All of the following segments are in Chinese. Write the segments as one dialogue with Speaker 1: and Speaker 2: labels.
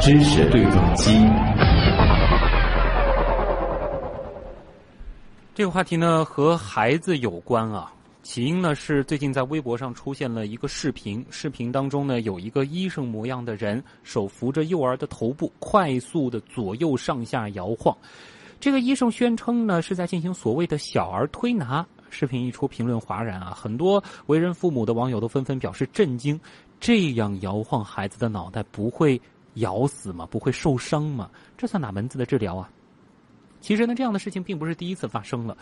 Speaker 1: 知识对撞机。
Speaker 2: 这个话题呢和孩子有关啊，起因呢是最近在微博上出现了一个视频，视频当中呢有一个医生模样的人手扶着幼儿的头部，快速的左右上下摇晃。这个医生宣称呢是在进行所谓的小儿推拿。视频一出，评论哗然啊，很多为人父母的网友都纷纷表示震惊：这样摇晃孩子的脑袋不会咬死吗？不会受伤吗？这算哪门子的治疗啊？其实呢，这样的事情并不是第一次发生了。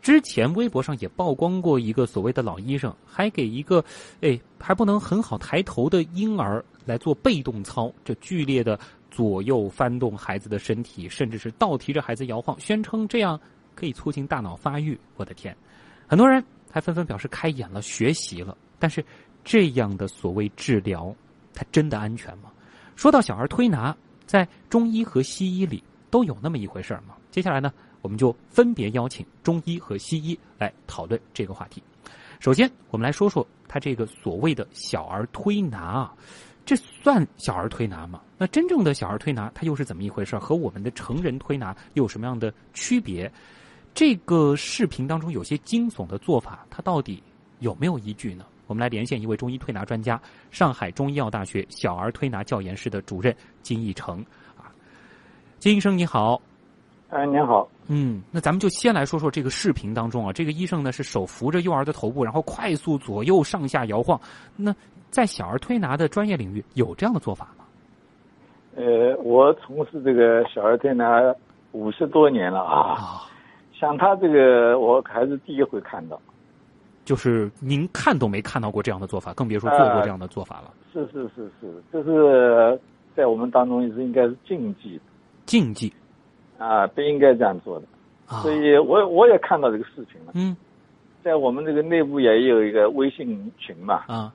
Speaker 2: 之前微博上也曝光过一个所谓的老医生，还给一个哎还不能很好抬头的婴儿来做被动操，这剧烈的左右翻动孩子的身体，甚至是倒提着孩子摇晃，宣称这样可以促进大脑发育。我的天，很多人还纷纷表示开眼了，学习了。但是这样的所谓治疗，它真的安全吗？说到小儿推拿，在中医和西医里都有那么一回事儿吗？接下来呢，我们就分别邀请中医和西医来讨论这个话题。首先，我们来说说他这个所谓的小儿推拿啊，这算小儿推拿吗？那真正的小儿推拿，它又是怎么一回事？和我们的成人推拿又有什么样的区别？这个视频当中有些惊悚的做法，它到底有没有依据呢？我们来连线一位中医推拿专家，上海中医药大学小儿推拿教研室的主任金义成啊，金医生你好。
Speaker 3: 哎，您好。
Speaker 2: 嗯，那咱们就先来说说这个视频当中啊，这个医生呢是手扶着幼儿的头部，然后快速左右上下摇晃。那在小儿推拿的专业领域有这样的做法吗？
Speaker 3: 呃，我从事这个小儿推拿五十多年了啊，
Speaker 2: 啊，
Speaker 3: 像他这个我还是第一回看到。
Speaker 2: 就是您看都没看到过这样的做法，更别说做过这样的做法了。
Speaker 3: 是是是是，这是在我们当中是应该是禁忌
Speaker 2: 禁忌
Speaker 3: 啊，不应该这样做的。
Speaker 2: 啊
Speaker 3: 所，以我我也看到这个视频了，
Speaker 2: 嗯
Speaker 3: 在我们这个内部也有一个微信群嘛，
Speaker 2: 啊，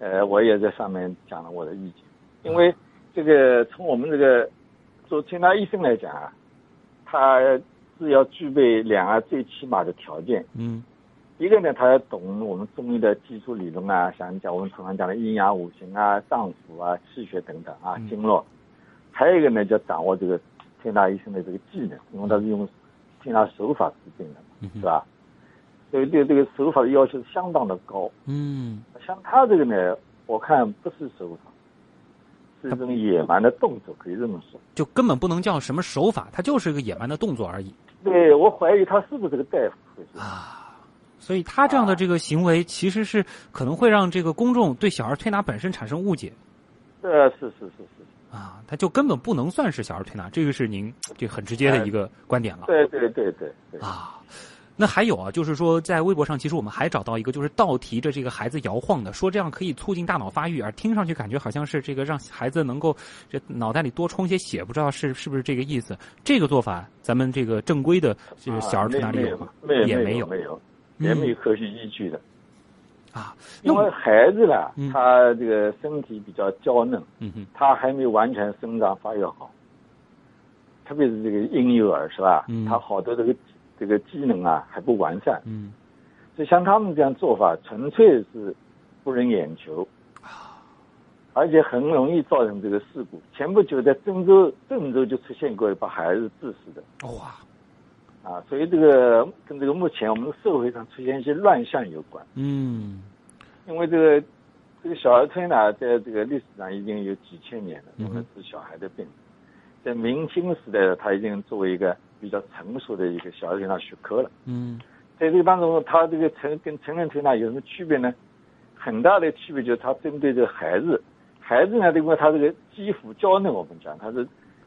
Speaker 3: 呃，我也在上面讲了我的意见，因为这个从我们这个做推拿医生来讲啊，他是要具备两个最起码的条件。
Speaker 2: 嗯
Speaker 3: 一个呢，他要懂我们中医的基础理论啊，像讲我们常常讲的阴阳五行啊、脏腑啊、气血等等啊
Speaker 2: 嗯，
Speaker 3: 经络。还有一个呢，就掌握这个推拿医生的这个技能，因为他是用推拿手法治病的嘛，
Speaker 2: 嗯
Speaker 3: 是
Speaker 2: 哼
Speaker 3: 吧？所以对这个手法的要求相当的高。
Speaker 2: 嗯，
Speaker 3: 像他这个呢，我看不是手法，是一种野蛮的动作，可以这么 说。
Speaker 2: 就根本不能叫什么手法，它就是个野蛮的动作而已
Speaker 3: 对我怀疑他是不是个大夫，会说
Speaker 2: 啊。所以他这样的这个行为，其实是可能会让这个公众对小儿推拿本身产生误解。
Speaker 3: 呃，是是是是。
Speaker 2: 啊，它就根本不能算是小儿推拿，这个是您这很直接的一个观点了
Speaker 3: 对对对对对，
Speaker 2: 啊。哎那还有啊，就是说在微博上，其实我们还找到一个，就是倒提着这个孩子摇晃的，说这样可以促进大脑发育，而听上去感觉好像是这个让孩子能够这脑袋里多充些血，不知道是是不是这个意思？这个做法，咱们这个正规的就是小儿推拿里有吗
Speaker 3: 啊？没
Speaker 2: 也
Speaker 3: 有
Speaker 2: 没
Speaker 3: 没
Speaker 2: 有
Speaker 3: 没有也没有科学依据的，
Speaker 2: 啊。那
Speaker 3: 因为
Speaker 2: 我
Speaker 3: 孩子啦
Speaker 2: 嗯，
Speaker 3: 他这个身体比较娇嫩，
Speaker 2: 嗯哼
Speaker 3: 他还没完全生长发育好，特别是这个婴幼儿是吧
Speaker 2: 嗯？
Speaker 3: 他好多这个这个机能啊还不完善，
Speaker 2: 嗯
Speaker 3: 所以像他们这样做法，纯粹是不人眼球，
Speaker 2: 啊
Speaker 3: 而且很容易造成这个事故。前不久在郑州，郑州就出现过把孩子致死的
Speaker 2: 哇
Speaker 3: 啊，所以这个跟这个目前我们社会上出现一些乱象有关。
Speaker 2: 嗯
Speaker 3: 因为这个这个小儿推拿在这个历史上已经有几千年了，
Speaker 2: 嗯
Speaker 3: 因
Speaker 2: 哼
Speaker 3: 为是小孩的病，在明清时代它已经作为一个比较成熟的一个小儿推拿学科了。
Speaker 2: 嗯
Speaker 3: 在这个当中，它这个成跟成人推拿有什么区别呢？很大的区别就是它针对这个孩子，孩子呢，因为他这个肌肤娇嫩，我们讲他是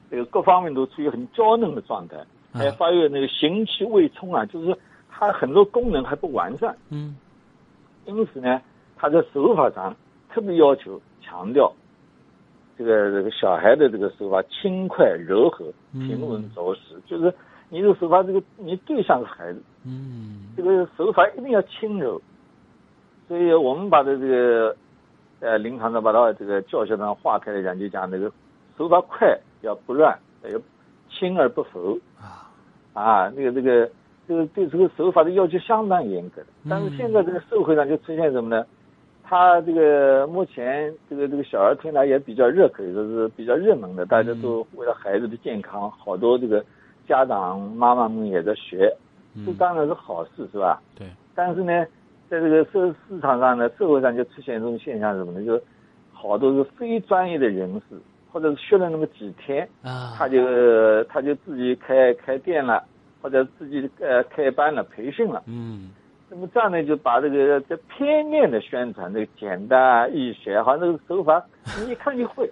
Speaker 3: 这个各方面都处于很娇嫩的状态，还
Speaker 2: 啊
Speaker 3: 哎发育那个行气未充啊，就是他很多功能还不完善。
Speaker 2: 嗯
Speaker 3: 因此呢，他在手法上特别要求强调这个这个小孩的这个手法轻快柔和、
Speaker 2: 嗯
Speaker 3: 平稳着实，就是你的手法这个你对上个孩子，
Speaker 2: 嗯
Speaker 3: 这个手法一定要轻柔。所以我们把这这个呃临床上把它这个教学上划开来讲，就讲这个手法快要不乱，要轻而不浮。
Speaker 2: 啊
Speaker 3: 啊，这个这个这个对这个手法的要求相当严格的
Speaker 2: 嗯。
Speaker 3: 但是现在这个社会上就出现什么呢？他这个目前这个这个小儿推拿也比较热，可以说是比较热门
Speaker 2: 嗯
Speaker 3: 的，大家都为了孩子的健康，好多这个家长妈妈们也在学，这
Speaker 2: 嗯，
Speaker 3: 当然是好事，是吧？
Speaker 2: 对，
Speaker 3: 但是呢，在这个社市场上呢，社会上就出现一种现象是什么呢？就是好多是非专业的人士，或者是学了那么几天，
Speaker 2: 啊，
Speaker 3: 他就他就自己开开店了，或者自己呃开班了、培训了。
Speaker 2: 嗯
Speaker 3: 那么这样呢，就把这个这片面的宣传，这个简单啊、易学，好像这个手法你一看就会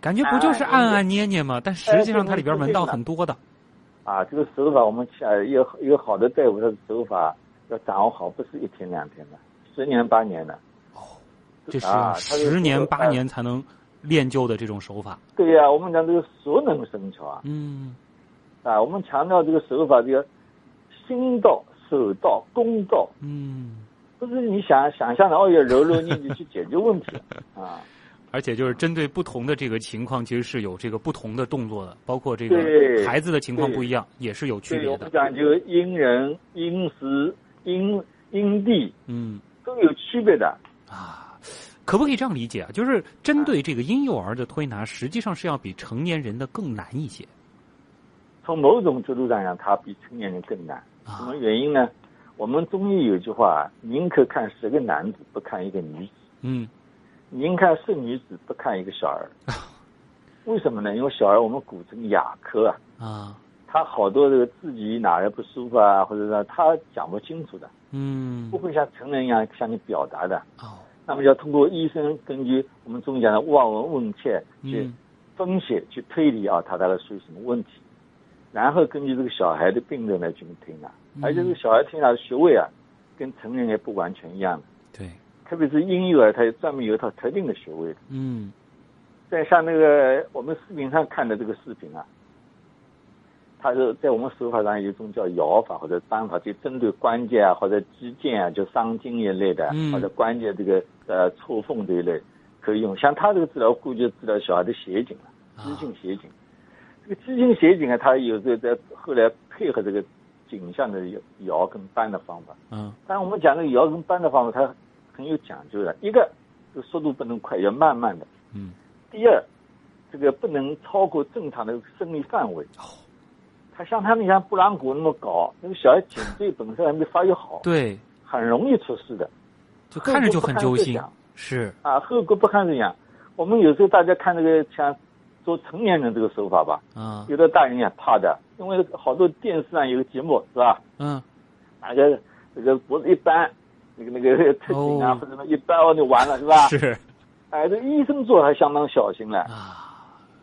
Speaker 2: 感
Speaker 3: 啊
Speaker 2: 觉不就是按按捏捏吗？但
Speaker 3: 呃
Speaker 2: 实际上它里边门道很多的。
Speaker 3: 啊。这个手法，我们呃有有好的大夫，他的手法要掌握好，不是一天两天的，十年八年的。
Speaker 2: 这是
Speaker 3: 啊他就
Speaker 2: 十年
Speaker 3: 说
Speaker 2: 八年才能练就的这种手法。
Speaker 3: 对呀、我们讲这个熟能生巧啊，
Speaker 2: 嗯，
Speaker 3: 啊，我们强调这个手法，这个心道、手道、功道，
Speaker 2: 嗯，
Speaker 3: 不是你想想象的哦，要揉揉捏捏去解决问 题啊。
Speaker 2: 而且就是针对不同的这个情况，其实是有这个不同的动作的，包括这
Speaker 3: 对
Speaker 2: 个孩子的情况
Speaker 3: 对
Speaker 2: 不一样，也是有区
Speaker 3: 对，
Speaker 2: 别
Speaker 3: 我们
Speaker 2: 的。
Speaker 3: 讲究因人、因时、因因地
Speaker 2: 嗯
Speaker 3: 都有区别的。
Speaker 2: 啊，可不可以这样理解啊？就是针对这个婴幼儿的推拿，实际上是要比成年人的更难一些
Speaker 3: 从某种角度上讲，它比成年人更难。什
Speaker 2: 啊
Speaker 3: 么。原因呢？我们中医有一句话：宁可看十个男子，不看一个女子；
Speaker 2: 嗯
Speaker 3: 宁看是女子，不看一个小 儿。为什么呢？因为小儿我们古称哑科啊，
Speaker 2: 啊
Speaker 3: 他好多这个自己哪儿不舒服啊，或者说他讲不清楚的，
Speaker 2: 嗯
Speaker 3: 不会像成人一样向你表达的。
Speaker 2: 哦
Speaker 3: 那么要通过医生根据我们中医讲的望闻问切去
Speaker 2: 嗯
Speaker 3: 分析、去推理啊，他大概属于什么问题，然后根据这个小孩的病症来进行推拿。而且这个小孩推拿的穴位啊，跟成人也不完全一样的，
Speaker 2: 对
Speaker 3: 特别是婴幼儿，他有专门有一套特定的穴位的。
Speaker 2: 嗯
Speaker 3: 在像那个我们视频上看的这个视频啊，它是在我们手法上有一种叫摇法或者扳法，就针对关节啊或者肌腱啊，就伤筋一类的，
Speaker 2: 嗯
Speaker 3: 或者关节这个呃触缝这一类可以用。像它这个治疗，估计治疗小孩的斜颈了，
Speaker 2: 啊
Speaker 3: 肌性斜颈。这个肌性斜颈啊，它有时候在后来配合这个颈项的摇摇跟扳的方法。
Speaker 2: 嗯
Speaker 3: 但我们讲这个摇跟扳的方法，它很有讲究的。一个，这个速度不能快，要慢慢的。
Speaker 2: 嗯
Speaker 3: 第二，这个不能超过正常的生理范围。
Speaker 2: 哦
Speaker 3: 他像他们像布朗鼓那么搞，那个小孩颈椎本身还没发育好，
Speaker 2: 对，
Speaker 3: 很容易出事的。
Speaker 2: 就看着就很揪
Speaker 3: 后果不堪设
Speaker 2: 心
Speaker 3: 想，
Speaker 2: 是
Speaker 3: 啊，后果不堪设想。我们有时候大家看这个像做成年人这个手法吧，
Speaker 2: 啊
Speaker 3: 有的大人也怕的，因为好多电视上有个节目是吧？
Speaker 2: 嗯
Speaker 3: 哪个这个脖子一扳，那个那个 特警啊、
Speaker 2: 哦
Speaker 3: 或者什么一扳哦，你完了是吧？
Speaker 2: 是
Speaker 3: 哎，这医生做还相当小心了。
Speaker 2: 啊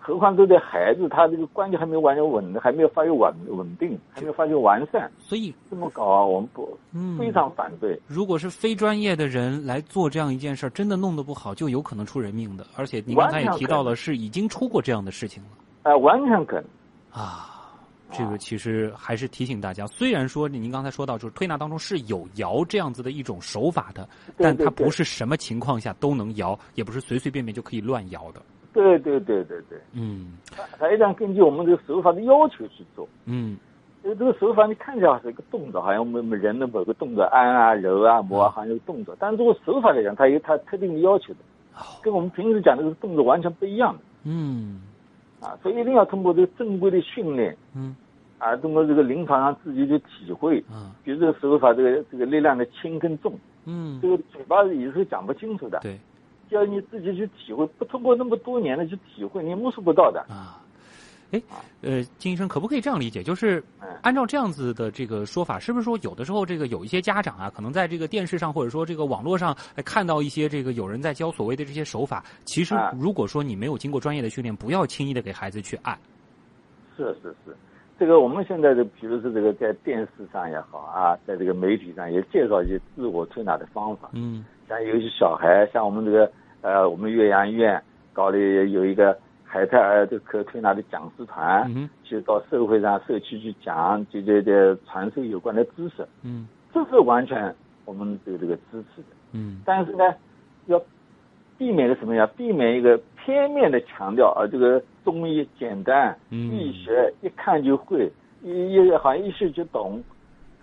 Speaker 3: 何况对待孩子，他这个关节还没有完全稳的，还没有发育稳稳定，还没有发育完善，
Speaker 2: 所以
Speaker 3: 这么搞啊，我们不
Speaker 2: 嗯，
Speaker 3: 非常反对。
Speaker 2: 如果是非专业的人来做这样一件事儿，真的弄得不好，就有可能出人命的。而且您刚才也提到了，是已经出过这样的事情了
Speaker 3: 哎、完全可能。
Speaker 2: 啊。这个其实还是提醒大家，虽然说您刚才说到，就是推拿当中是有摇这样子的一种手法的，
Speaker 3: 对
Speaker 2: 但
Speaker 3: 对
Speaker 2: 它不
Speaker 3: 对
Speaker 2: 是什么情况下都能摇，也不是随随便便就可以乱摇的。
Speaker 3: 对对对对对，
Speaker 2: 嗯
Speaker 3: 还一定要根据我们这个手法的要求去做。
Speaker 2: 嗯
Speaker 3: 因为这个手法你看起来好像是一个动作，好像我们我们人的某个动作按啊、揉啊、磨啊，好像有动作。但是这个手法来讲，它有它特定的要求的，跟我们平时讲的这个动作完全不一样
Speaker 2: 嗯
Speaker 3: 的啊。所以一定要通过这个正规的训练
Speaker 2: 嗯
Speaker 3: 啊，通过这个临床上自己去体会。
Speaker 2: 啊
Speaker 3: 比如这个手法，这个这个力量的轻跟重，
Speaker 2: 嗯
Speaker 3: 这，个嘴巴有时候讲不清楚的，
Speaker 2: 对
Speaker 3: 要你自己去体会，不通过那么多年的去体会，你摸索不到的。
Speaker 2: 啊。哎，呃，金医生，可不可以这样理解？就是
Speaker 3: 嗯
Speaker 2: 按照这样子的这个说法，是不是说有的时候这个有一些家长啊，可能在这个电视上或者说这个网络上哎看到一些这个有人在教所谓的这些手法，其实
Speaker 3: 啊
Speaker 2: 如果说你没有经过专业的训练，不要轻易的给孩子去按。
Speaker 3: 是是是，这个我们现在的，比如说这个在电视上也好啊，在这个媒体上也介绍一些自我推拿的方法，
Speaker 2: 嗯
Speaker 3: 像有一些小孩，像我们这个呃，我们岳阳医院搞的有一个海泰儿这个推拿的讲师团，
Speaker 2: 嗯
Speaker 3: 去到社会上社区去讲，就这这传授有关的知识，
Speaker 2: 嗯
Speaker 3: 这是完全我们对这个支持的。
Speaker 2: 嗯
Speaker 3: 但是呢，要避免个什么呀？避免一个片面的强调啊，这个中医简单
Speaker 2: 嗯
Speaker 3: 易学，一看就会，一一好像一学就懂，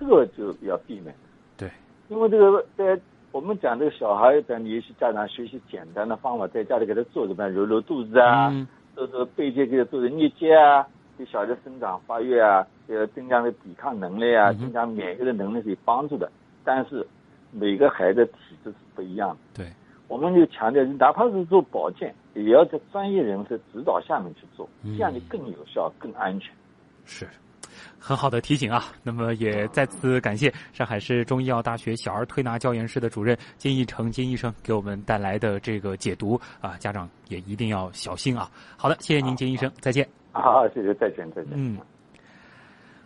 Speaker 3: 这个就要避免。
Speaker 2: 对，
Speaker 3: 因为这个在我们讲这个小孩，咱也许家长学习简单的方法，在家里给他做什么，揉揉肚子啊，
Speaker 2: 嗯
Speaker 3: 做做背肌，给他做做捏肩啊，对小孩的生长发育啊，呃，增加的抵抗能力啊，
Speaker 2: 嗯哼
Speaker 3: 增加免疫的能力是有帮助的。但是每个孩子的体质是不一样的，
Speaker 2: 对，
Speaker 3: 我们就强调，哪怕是做保健，也要在专业人士指导下面去做，
Speaker 2: 嗯
Speaker 3: 这样就更有效、更安全。
Speaker 2: 是。很好的提醒啊！那么也再次感谢上海市中医药大学小儿推拿教研室的主任金义成金医生给我们带来的这个解读啊，家长也一定要小心啊！好的，谢谢您，金医生，再见。
Speaker 3: 啊，谢谢，再见，再见。
Speaker 2: 嗯，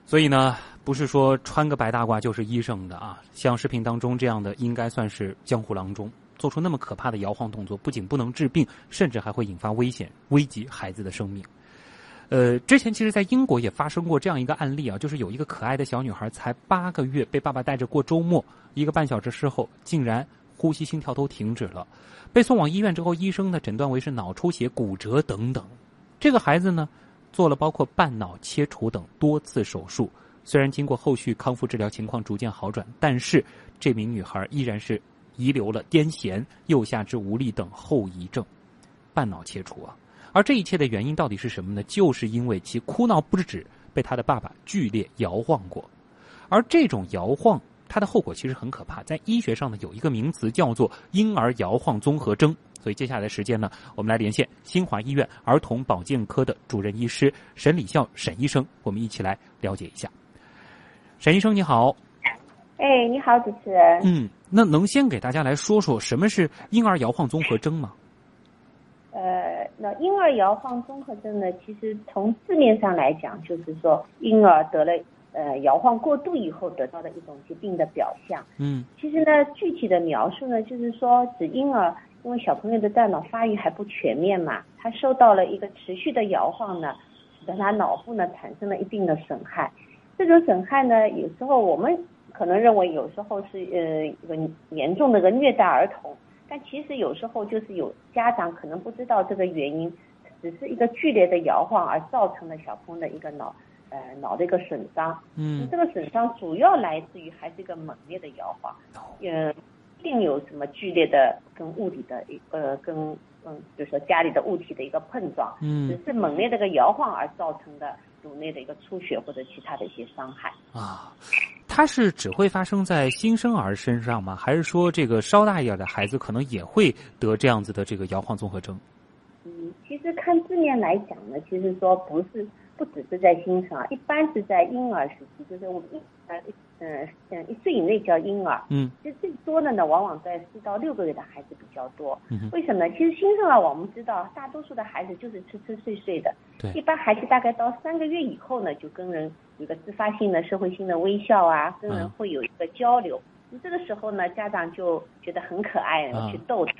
Speaker 2: 所以呢，不是说穿个白大褂就是医生的啊，像视频当中这样的，应该算是江湖郎中，做出那么可怕的摇晃动作，不仅不能治病，甚至还会引发危险，危及孩子的生命。呃，之前其实，在英国也发生过这样一个案例啊，就是有一个可爱的小女孩，才八个月，被爸爸带着过周末，一个半小时之后，竟然呼吸、心跳都停止了，被送往医院之后，医生呢诊断为是脑出血、骨折等等。这个孩子呢，做了包括半脑切除等多次手术。虽然经过后续康复治疗情况逐渐好转，但是这名女孩依然是遗留了癫痫、右下肢无力等后遗症，半脑切除啊。而这一切的原因到底是什么呢？就是因为其哭闹不止，被她的爸爸剧烈摇晃过。而这种摇晃，它的后果其实很可怕。在医学上呢，有一个名词叫做婴儿摇晃综合征。所以接下来的时间呢，我们来连线新华医院儿童保健科的主任医师沈礼孝沈医生，我们一起来了解一下。沈医生你好，
Speaker 4: 哎，你好，主持人。
Speaker 2: 嗯，那能先给大家来说说什么是婴儿摇晃综合征吗？
Speaker 4: 呃，那婴儿摇晃综合症呢，其实从字面上来讲，就是说婴儿得了呃摇晃过度以后得到的一种疾病的表象。
Speaker 2: 嗯
Speaker 4: 其实呢，具体的描述呢，就是说指婴儿因为小朋友的大脑发育还不全面嘛，他受到了一个持续的摇晃呢，使得他脑部呢产生了一定的损害。这种损害呢，有时候我们可能认为有时候是呃一个严重的一个虐待儿童，但其实有时候就是有家长可能不知道这个原因，只是一个剧烈的摇晃而造成了小朋友的一个脑呃脑的一个损伤。
Speaker 2: 嗯
Speaker 4: 这个损伤主要来自于还是一个猛烈的摇晃，
Speaker 2: 哦
Speaker 4: 嗯，并有什么剧烈的跟物体的一呃跟嗯，就是说家里的物体的一个碰撞，只
Speaker 2: 嗯
Speaker 4: 是猛烈的一个摇晃而造成的颅内的一个出血或者其他的一些伤害。
Speaker 2: 啊，它是只会发生在新生儿身上吗？还是说这个稍大一点的孩子可能也会得这样子的这个摇晃综合征？
Speaker 4: 嗯，其实看字面来讲呢，其实说不是不只是在新生儿，一般是在婴儿时期，就是我们一呃一嗯嗯一岁以内叫婴儿，
Speaker 2: 嗯
Speaker 4: 其实最多的呢，往往在四到六个月的孩子比较多。
Speaker 2: 嗯哼
Speaker 4: 为什么呢？其实新生儿我们知道，大多数的孩子就是吃吃睡睡的。
Speaker 2: 对
Speaker 4: 一般孩子大概到三个月以后呢，就跟人有一个自发性的社会性的微笑啊，跟人
Speaker 2: 嗯
Speaker 4: 会有一个交流。那这个时候呢，家长就觉得很可爱，
Speaker 2: 嗯
Speaker 4: 去逗他。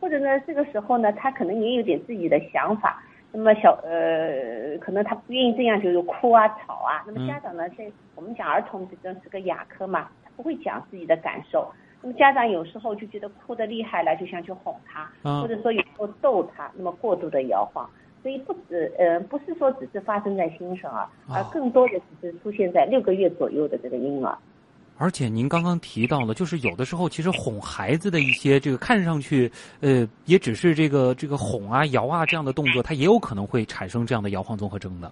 Speaker 4: 或者呢，这个时候呢，他可能也有点自己的想法，那么小呃，可能他不愿意这样，就是哭啊、吵啊。那
Speaker 2: 嗯
Speaker 4: 么家长呢，在我们讲儿童这种是个雅科嘛，他不会讲自己的感受。那么家长有时候就觉得哭得厉害了，就想去哄他，
Speaker 2: 啊
Speaker 4: 或者说有时候逗他，那么过度的摇晃。所以不止呃，不是说只是发生在新生儿，而
Speaker 2: 哦
Speaker 4: 更多的只是出现在六个月左右的这个婴儿。
Speaker 2: 而且您刚刚提到了，就是有的时候其实哄孩子的一些这个看上去，呃，也只是这个这个哄啊、摇啊这样的动作，它也有可能会产生这样的摇晃综合征的。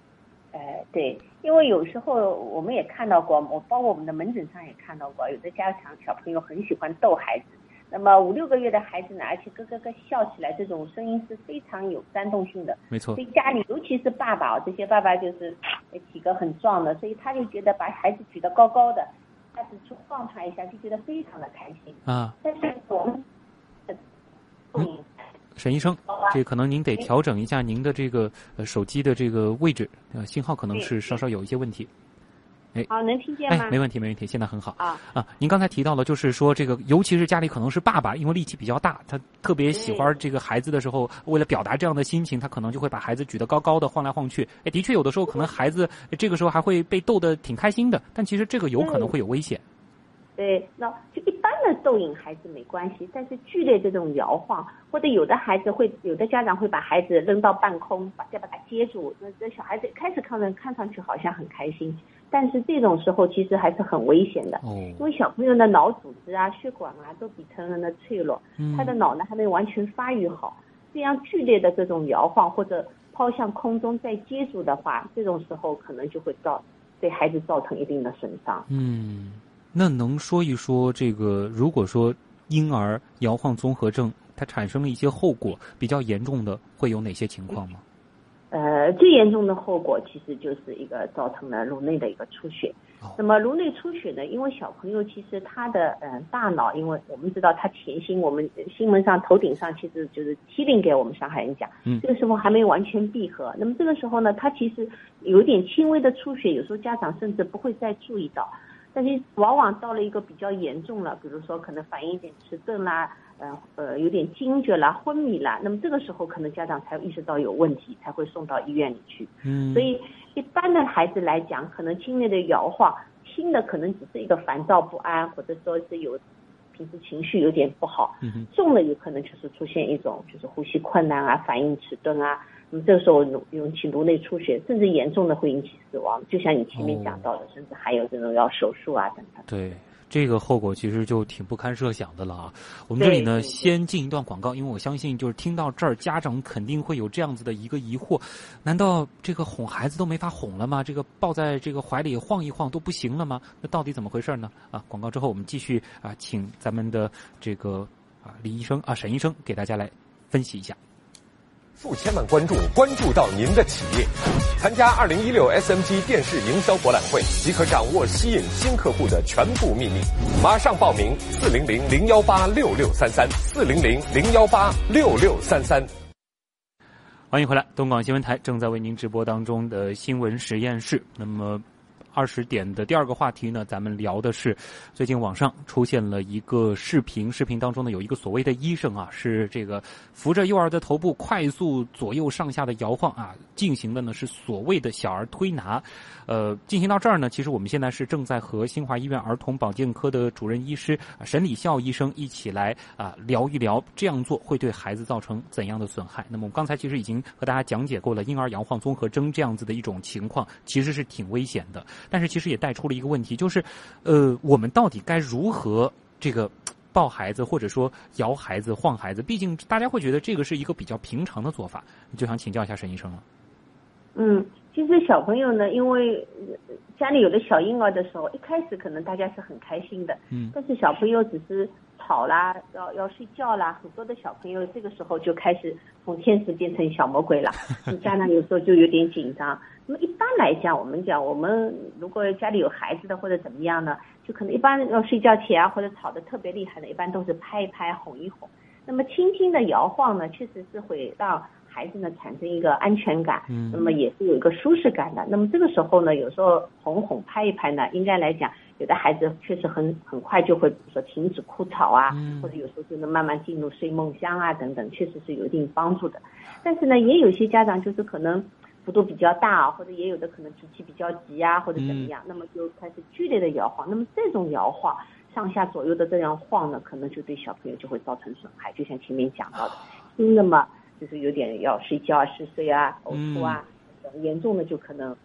Speaker 4: 呃，对，因为有时候我们也看到过，我包括我们的门诊上也看到过，有的家长小朋友很喜欢逗孩子，那么五六个月的孩子呢，而且咯咯咯笑起来，这种声音是非常有煽动性的，
Speaker 2: 没错
Speaker 4: 所，以家里尤其是爸爸哦，这些爸爸就是呃体格很壮的，所以他就觉得把孩子举得高高的，下次去晃他一下，就觉得非常的开心。
Speaker 2: 啊，
Speaker 4: 但是我们，嗯，
Speaker 2: 沈医生，
Speaker 4: 好吧，
Speaker 2: 这可能您得调整一下您的这个呃手机的这个位置，呃，信号可能是稍稍有一些问题。哎
Speaker 4: 好，能听见吗
Speaker 2: 哎，？没问题，没问题，现在很好。
Speaker 4: 啊，
Speaker 2: 啊，您刚才提到了，就是说这个，尤其是家里可能是爸爸，因为力气比较大，他特别喜欢这个孩子的时候，为了表达这样的心情，他可能就会把孩子举得高高的，晃来晃去。哎，的确，有的时候可能孩子哎这个时候还会被逗得挺开心的，但其实这个有可能会有危险。
Speaker 4: 对，那就一般的逗引孩子没关系，但是剧烈这种摇晃，或者有的孩子会，有的家长会把孩子扔到半空，把再把他接住，那这小孩子一开始看着看上去好像很开心，但是这种时候其实还是很危险的，
Speaker 2: 哦，
Speaker 4: 因为小朋友的脑组织啊、血管啊都比成人的脆弱，他
Speaker 2: 嗯
Speaker 4: 的脑呢还没完全发育好。这样剧烈的这种摇晃或者抛向空中再接住的话，这种时候可能就会造对孩子造成一定的损伤。
Speaker 2: 嗯，那能说一说这个，如果说婴儿摇晃综合症它产生了一些后果比较严重的，会有哪些情况吗？
Speaker 4: 呃，最严重的后果其实就是一个造成了颅内的一个出血。
Speaker 2: 哦
Speaker 4: 那么颅内出血呢，因为小朋友其实他的嗯、呃大脑，因为我们知道他前心，我们新闻上头顶上其实就是欺凌给我们上海人讲，
Speaker 2: 嗯
Speaker 4: 这个时候还没完全闭合。那么这个时候呢，他其实有点轻微的出血，有时候家长甚至不会再注意到。但是往往到了一个比较严重了，比如说可能反应有点迟钝啦，呃呃有点惊厥啦、昏迷啦，那么这个时候可能家长才意识到有问题，才会送到医院里去。
Speaker 2: 嗯，
Speaker 4: 所以一般的孩子来讲，可能轻微的摇晃，轻的可能只是一个烦躁不安，或者说是有平时情绪有点不好，
Speaker 2: 嗯哼
Speaker 4: 重的有可能就是出现一种就是呼吸困难啊、反应迟钝啊，那么这个时候引起颅内出血，甚至严重的会引起死亡。就像你前面讲到的，甚至还有这种要手术啊等等。
Speaker 2: 对，这个后果其实就挺不堪设想的了啊。我们这里呢，
Speaker 4: 对对对
Speaker 2: 先进一段广告，因为我相信就是听到这儿，家长肯定会有这样子的一个疑惑：难道这个哄孩子都没法哄了吗？这个抱在这个怀里晃一晃都不行了吗？那到底怎么回事呢？啊，广告之后我们继续啊，请咱们的这个啊李医生啊沈医生给大家来分析一下。
Speaker 5: 数千万关注，关注到您的企业。参加2016 SMG 电视营销博览会，即可掌握吸引新客户的全部秘密。马上报名：四零零零幺八六六三三，四零零零幺八六六三三。
Speaker 2: 欢迎回来，东广新闻台正在为您直播当中的新闻实验室。那么，二十点的第二个话题呢，咱们聊的是最近网上出现了一个视频，视频当中呢有一个所谓的医生啊，是这个扶着幼儿的头部快速左右上下的摇晃啊，进行的呢是所谓的小儿推拿。呃，进行到这儿呢，其实我们现在是正在和新华医院儿童保健科的主任医师啊沈礼孝医生一起来啊聊一聊，这样做会对孩子造成怎样的损害？那么我们刚才其实已经和大家讲解过了，婴儿摇晃综合征这样子的一种情况，其实是挺危险的。但是其实也带出了一个问题，就是，呃，我们到底该如何这个抱孩子，或者说摇孩子、晃孩子？毕竟大家会觉得这个是一个比较平常的做法，就想请教一下沈医生了。
Speaker 4: 嗯，其实小朋友呢，因为呃家里有了小婴儿的时候，一开始可能大家是很开心的，
Speaker 2: 嗯
Speaker 4: 但是小朋友只是吵啦，要要睡觉啦，很多的小朋友这个时候就开始从天使变成小魔鬼 了，家长有时候就有点紧张。那么一般来讲，我们讲，我们如果家里有孩子的或者怎么样呢，就可能一般要睡觉前啊，或者吵得特别厉害的，一般都是拍一拍、哄一哄。那么轻轻的摇晃呢，确实是会让孩子呢产生一个安全感，
Speaker 2: 嗯
Speaker 4: 那么也是有一个舒适感的。那么这个时候呢，有时候哄哄拍一拍呢，应该来讲，有的孩子确实很很快就会，比如说停止哭吵啊，
Speaker 2: 嗯
Speaker 4: 或者有时候就能慢慢进入睡梦乡啊等等，确实是有一定帮助的。但是呢，也有些家长就是可能幅度比较大啊，或者也有的可能脾气比较急啊，或者怎么样，那么就开始剧烈的摇晃。那么这种摇晃。上下左右的这样晃呢，可能就对小朋友就会造成损害，就像前面讲到的，轻的嘛，就是有点要睡觉啊、嗜睡啊、呕吐啊，严重的就可能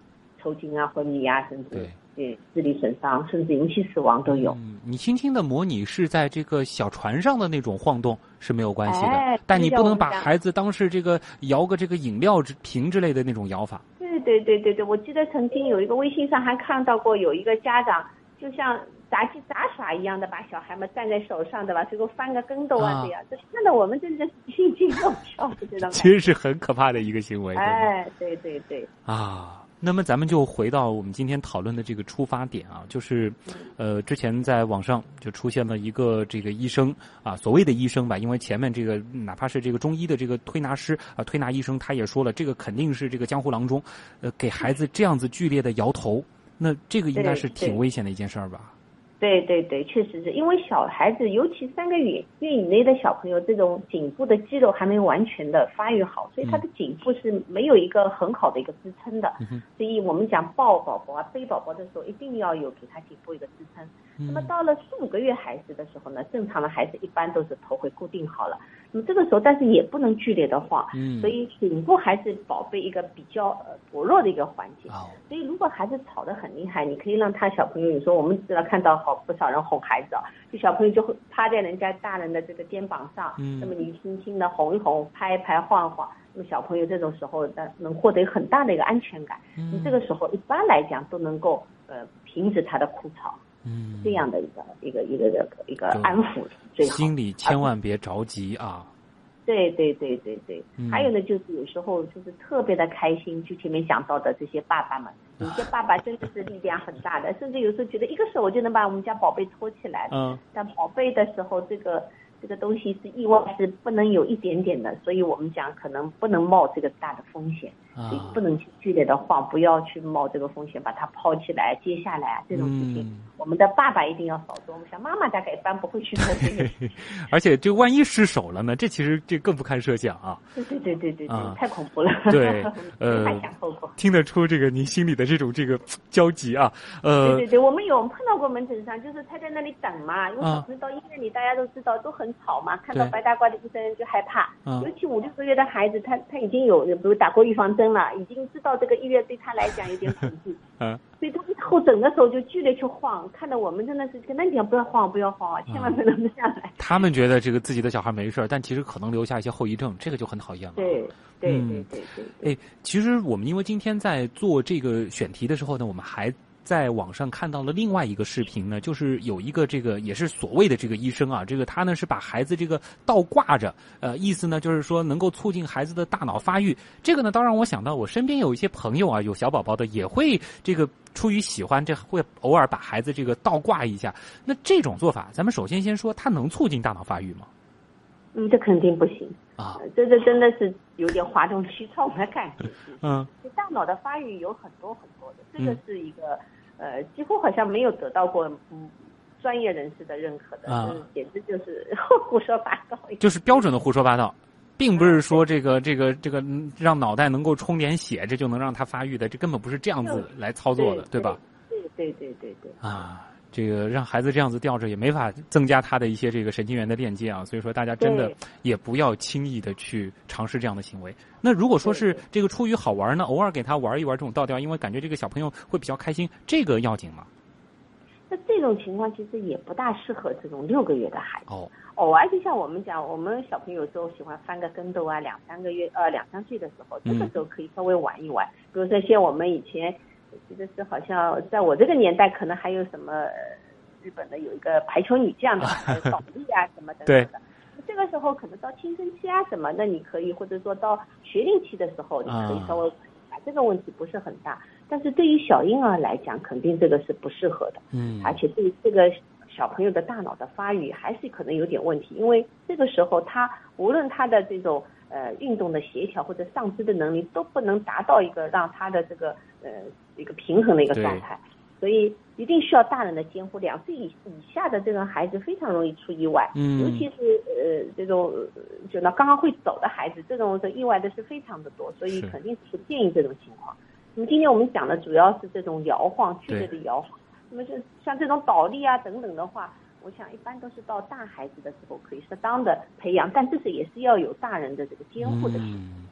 Speaker 4: 抽筋啊、昏迷啊，甚至
Speaker 2: 对
Speaker 4: 对智力损伤，甚至引起死亡都有。
Speaker 2: 嗯，你轻轻的模拟是在这个小船上的那种晃动是没有关系的，
Speaker 4: 哎
Speaker 2: 但你不能把
Speaker 4: 这个我们家
Speaker 2: 孩子当是这个摇个这个饮料之瓶之类的那种摇 法。
Speaker 4: 对对对对对，我记得曾经有一个微信上还看到过有一个家长，就像杂技杂耍一样的把小孩们站在手上，对吧？最后翻个跟斗
Speaker 2: 啊
Speaker 4: 啊，这样，这看得我们真的是 心惊肉跳的这种感
Speaker 2: 其
Speaker 4: 觉。
Speaker 2: 实是很可怕的一个行为。对吧
Speaker 4: 哎，对对对，
Speaker 2: 啊，那么咱们就回到我们今天讨论的这个出发点啊，就是，呃，之前在网上就出现了一个这个医生啊，所谓的医生吧，因为前面这个哪怕是这个中医的这个推拿师啊，推拿医生他也说了，这个肯定是这个江湖郎中，呃，给孩子这样子剧烈的摇头，那这个应该是
Speaker 4: 对对
Speaker 2: 挺危险的一件事儿吧？
Speaker 4: 对对对，确实是因为小孩子，尤其三个月月以内的小朋友，这种颈部的肌肉还没完全的发育好，所以他的颈部是没有一个很好的一个支撑的。
Speaker 2: 哼
Speaker 4: 所以我们讲抱宝宝啊、背宝宝的时候，一定要有给他颈部一个支
Speaker 2: 嗯
Speaker 4: 撑。那么到了四五个月孩子的时候呢，正常的孩子一般都是头会固定好了。那么这个时候，但是也不能剧烈的晃，
Speaker 2: 嗯
Speaker 4: 所以颈部还是宝贝一个比较呃薄弱的一个环节。
Speaker 2: 哦，
Speaker 4: 所以如果孩子吵得很厉害，你可以让他小朋友，你说我们知道看到好不少人哄孩子啊，就小朋友就会趴在人家大人的这个肩膀上，
Speaker 2: 嗯
Speaker 4: 那么你轻轻的哄一哄，拍一拍，晃一晃，那么小朋友这种时候呢，能获得很大的一个安全感。
Speaker 2: 嗯
Speaker 4: 你这个时候一般来讲都能够呃停止他的哭吵，
Speaker 2: 嗯
Speaker 4: 这样的一个一个一个一个一个
Speaker 2: 对
Speaker 4: 安抚最好。
Speaker 2: 心里千万别着急啊。
Speaker 4: 对对对对对，
Speaker 2: 嗯
Speaker 4: 还有呢，就是有时候就是特别的开心，就前面讲到的这些爸爸们，有些爸爸真的是力量很大的，甚至有时候觉得一个手就能把我们家宝贝托起来，
Speaker 2: 嗯，
Speaker 4: 但宝贝的时候，这个这个东西是意外，是不能有一点点的，所以我们讲可能不能冒这个大的风险，
Speaker 2: 啊
Speaker 4: 所以不能去剧烈的晃，不要去冒这个风险，把它抛起来、接下来啊这种事情。
Speaker 2: 嗯
Speaker 4: 我们的爸爸一定要少做，我们想妈妈大概一般不会去做这个，
Speaker 2: 而且这万一失手了呢？这其实这更不堪设想啊。
Speaker 4: 对对对对对对，
Speaker 2: 啊
Speaker 4: 太恐怖了，
Speaker 2: 对呃
Speaker 4: 没法想后果。
Speaker 2: 听得出这个您心里的这种这个焦急啊，呃
Speaker 4: 对，对对，我们有碰到过门诊上，就是他在那里等嘛，因为
Speaker 2: 啊
Speaker 4: 小朋友到医院里，大家都知道都很吵嘛，看到
Speaker 2: 对
Speaker 4: 白大褂的医生就害怕，
Speaker 2: 啊
Speaker 4: 尤其五六个月的孩子，他他已经有比如打过预防针了，已经知道这个医院对他来讲有点恐惧，
Speaker 2: 嗯
Speaker 4: 所以他一后整的时候就剧烈去晃，看得我们真的是跟他讲不要晃，不要晃啊，千万不能下来。
Speaker 2: 他们觉得这个自己的小孩没事儿，但其实可能留下一些后遗症，这个就很讨厌了。
Speaker 4: 对对对
Speaker 2: 嗯
Speaker 4: 对对，
Speaker 2: 哎，其实我们因为今天在做这个选题的时候呢，我们还在网上看到了另外一个视频呢，就是有一个这个也是所谓的这个医生啊，这个他呢是把孩子这个倒挂着，呃，意思呢就是说能够促进孩子的大脑发育。这个呢，倒让我想到我身边有一些朋友啊，有小宝宝的也会这个出于喜欢，这会偶尔把孩子这个倒挂一下。那这种做法，咱们首先先说，它能促进大脑发育吗？
Speaker 4: 嗯，这肯定不行，
Speaker 2: 啊，
Speaker 4: 这这真的是有点哗众取宠的感觉。
Speaker 2: 嗯
Speaker 4: 就大脑的发育有很多很多的，这个是一个、呃，几乎好像没有得到过嗯专业人士的认可的，
Speaker 2: 啊
Speaker 4: 就是简直就是 胡说八道一样。
Speaker 2: 就是标准的胡说八道，并不是说这个这个这个嗯让脑袋能够充点血，这就能让它发育的，这根本不是这样子来操作的，对吧？
Speaker 4: 对对对对对，
Speaker 2: 啊，这个让孩子这样子吊着也没法增加他的一些这个神经元的链接啊，所以说大家真的
Speaker 4: 对
Speaker 2: 也不要轻易的去尝试这样的行为。那如果说是
Speaker 4: 对
Speaker 2: 这个出于好玩呢，偶尔给他玩一玩这种倒吊，因为感觉这个小朋友会比较开心，这个要紧吗？
Speaker 4: 那这种情况其实也不大适合这种六个月的孩子。
Speaker 2: 哦，
Speaker 4: 偶尔就像我们讲，我们小朋友有时候喜欢翻个跟斗啊，两三个月呃两三岁的时候，这
Speaker 2: 嗯
Speaker 4: 个时候可以稍微玩一玩。比如说像我们以前，我记得是好像在我这个年代，可能还有什么呃日本的有一个排球女 将的还有倒立啊什么等等
Speaker 2: 对
Speaker 4: 的。这个时候可能到青春期啊什么，那你可以或者说到学龄期的时候，你可
Speaker 2: 啊
Speaker 4: 以稍微玩一下，这个问题不是很大。但是对于小婴儿来讲，肯定这个是不适合的。
Speaker 2: 嗯
Speaker 4: 而且对于这个小朋友的大脑的发育还是可能有点问题，因为这个时候他无论他的这种呃运动的协调或者上肢的能力都不能达到一个让他的这个呃一个平衡的一个状态，所以一定需要大人的监护。两岁以以下的这个孩子非常容易出意外，
Speaker 2: 嗯
Speaker 4: 尤其是呃这种呃就那刚刚会走的孩子，这种这意外的是非常的多，所以
Speaker 2: 是
Speaker 4: 肯定是不建议这种情况。那么今天我们讲的主要是这种摇晃剧烈的摇晃，那么就像这种倒立啊等等的话，我想一般都是到大孩子的时候可以适当的培养，但这是也是要有大人的这个监护的。
Speaker 2: 嗯，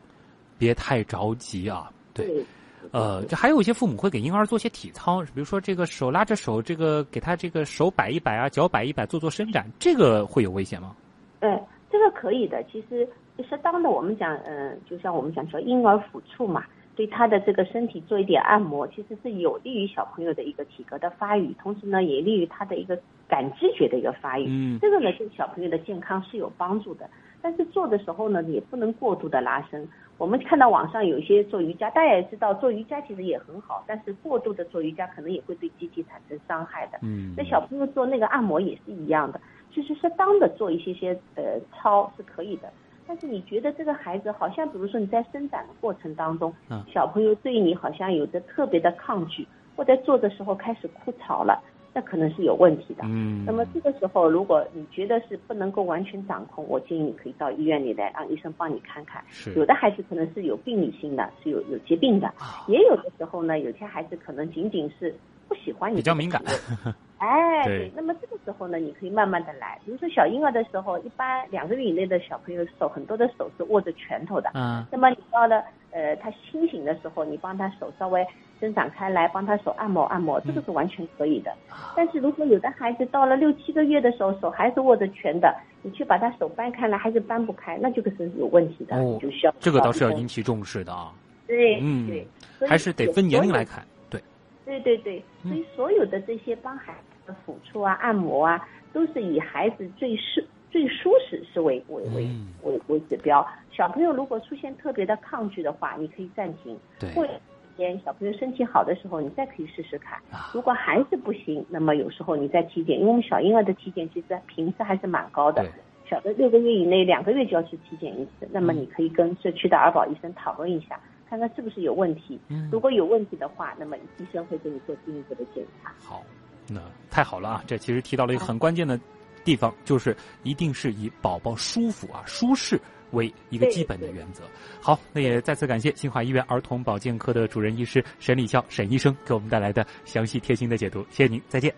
Speaker 2: 别太着急啊，对。
Speaker 4: 对，
Speaker 2: 呃，这还有一些父母会给婴儿做些体操，比如说这个手拉着手，这个给他这个手摆一摆啊，脚摆一摆，做做伸展，这个会有危险吗？
Speaker 4: 呃，这个可以的。其实适当的，我们讲，嗯、就像我们讲说婴儿抚触嘛，对他的这个身体做一点按摩，其实是有利于小朋友的一个体格的发育，同时呢，也利于他的一个感知觉的一个发育。
Speaker 2: 嗯
Speaker 4: 这个呢，对小朋友的健康是有帮助的。但是做的时候呢，也不能过度的拉伸。我们看到网上有一些做瑜伽，大家也知道做瑜伽其实也很好，但是过度的做瑜伽可能也会对机体产生伤害的。
Speaker 2: 嗯
Speaker 4: 那小朋友做那个按摩也是一样的，就是适当的做一些些呃操是可以的。但是你觉得这个孩子好像，比如说你在伸展的过程当中，
Speaker 2: 嗯
Speaker 4: 小朋友对你好像有着特别的抗拒，或者做的时候开始哭吵了，那可能是有问题的。
Speaker 2: 嗯，
Speaker 4: 那么这个时候，如果你觉得是不能够完全掌控，我建议你可以到医院里来，让医生帮你看看。
Speaker 2: 是
Speaker 4: 有的孩子可能是有病理性的，是有有疾病的，
Speaker 2: 啊
Speaker 4: 也有的时候呢，有些孩子可能仅仅是不喜欢你
Speaker 2: 比较敏感
Speaker 4: 这个行为哎，
Speaker 2: 对
Speaker 4: 那么这个时候呢，你可以慢慢的来。比如说小婴儿的时候，一般两个月以内的小朋友手很多的手是握着拳头的。
Speaker 2: 嗯
Speaker 4: 那么你到了呃他清醒的时候，你帮他手稍微伸展开来，帮他手按摩按摩，这个是完全可以的。
Speaker 2: 啊
Speaker 4: 但是如果有的孩子到了六七个月的时候，手还是握着拳的，你去把他手掰开来，还是掰不开，那这个是有问题的，
Speaker 2: 哦
Speaker 4: 你就需要
Speaker 2: 这个倒是要
Speaker 4: 找医
Speaker 2: 引
Speaker 4: 生
Speaker 2: 起重视的啊，
Speaker 4: 对、
Speaker 2: 嗯
Speaker 4: 对，所以
Speaker 2: 还是得分年龄来
Speaker 4: 有
Speaker 2: 看。对，
Speaker 4: 对对对，
Speaker 2: 嗯
Speaker 4: 所以所有的这些帮孩子的抚触啊、按摩啊，都是以孩子最适、最舒适是为为为
Speaker 2: 嗯
Speaker 4: 为为指标。小朋友如果出现特别的抗拒的话，你可以暂停，
Speaker 2: 对，
Speaker 4: 或者间小朋友身体好的时候，你再可以试试看
Speaker 2: 啊。
Speaker 4: 如果还是不行，那么有时候你再体检，因为我们小婴儿的体检其实频次还是蛮高的
Speaker 2: 对。
Speaker 4: 小的六个月以内，两个月就要去体检一次。那么
Speaker 2: 嗯
Speaker 4: 你可以跟社区的儿保医生讨论一下，看看是不是有问题。
Speaker 2: 嗯
Speaker 4: 如果有问题的话，那么医生会给你做进一步的检查。
Speaker 2: 好，那太好了啊！这其实提到了一个很关键的地方，就是一定是以宝宝舒服啊、舒适为一个基本的原则。好，那也再次感谢新华医院儿童保健科的主任医师沈礼孝沈医生给我们带来的详细贴心的解读，谢谢您，再见。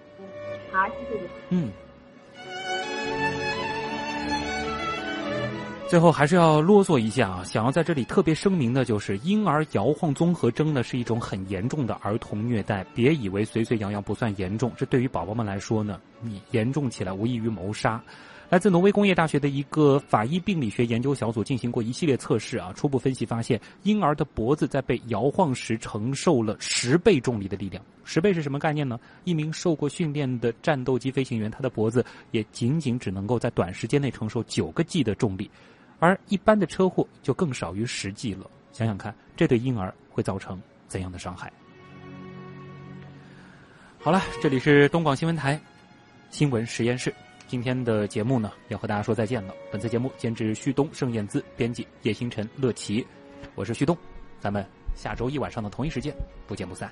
Speaker 4: 好，谢谢你。
Speaker 2: 嗯。最后还是要啰嗦一下啊，想要在这里特别声明的就是，婴儿摇晃综合征呢是一种很严重的儿童虐待，别以为随随摇摇不算严重，这对于宝宝们来说呢，你严重起来无异于谋杀。来自挪威工业大学的一个法医病理学研究小组进行过一系列测试啊，初步分析发现，婴儿的脖子在被摇晃时承受了十倍重力的力量。十倍是什么概念呢？一名受过训练的战斗机飞行员，他的脖子也仅仅只能够在短时间内承受九个 G 的重力，而一般的车祸就更少于十 G 了。想想看，这对婴儿会造成怎样的伤害？好了，这里是东广新闻台新闻实验室。今天的节目呢，要和大家说再见了。本次节目监制旭东、盛燕姿，编辑叶星辰、乐琪，我是旭东，咱们下周一晚上的同一时间不见不散。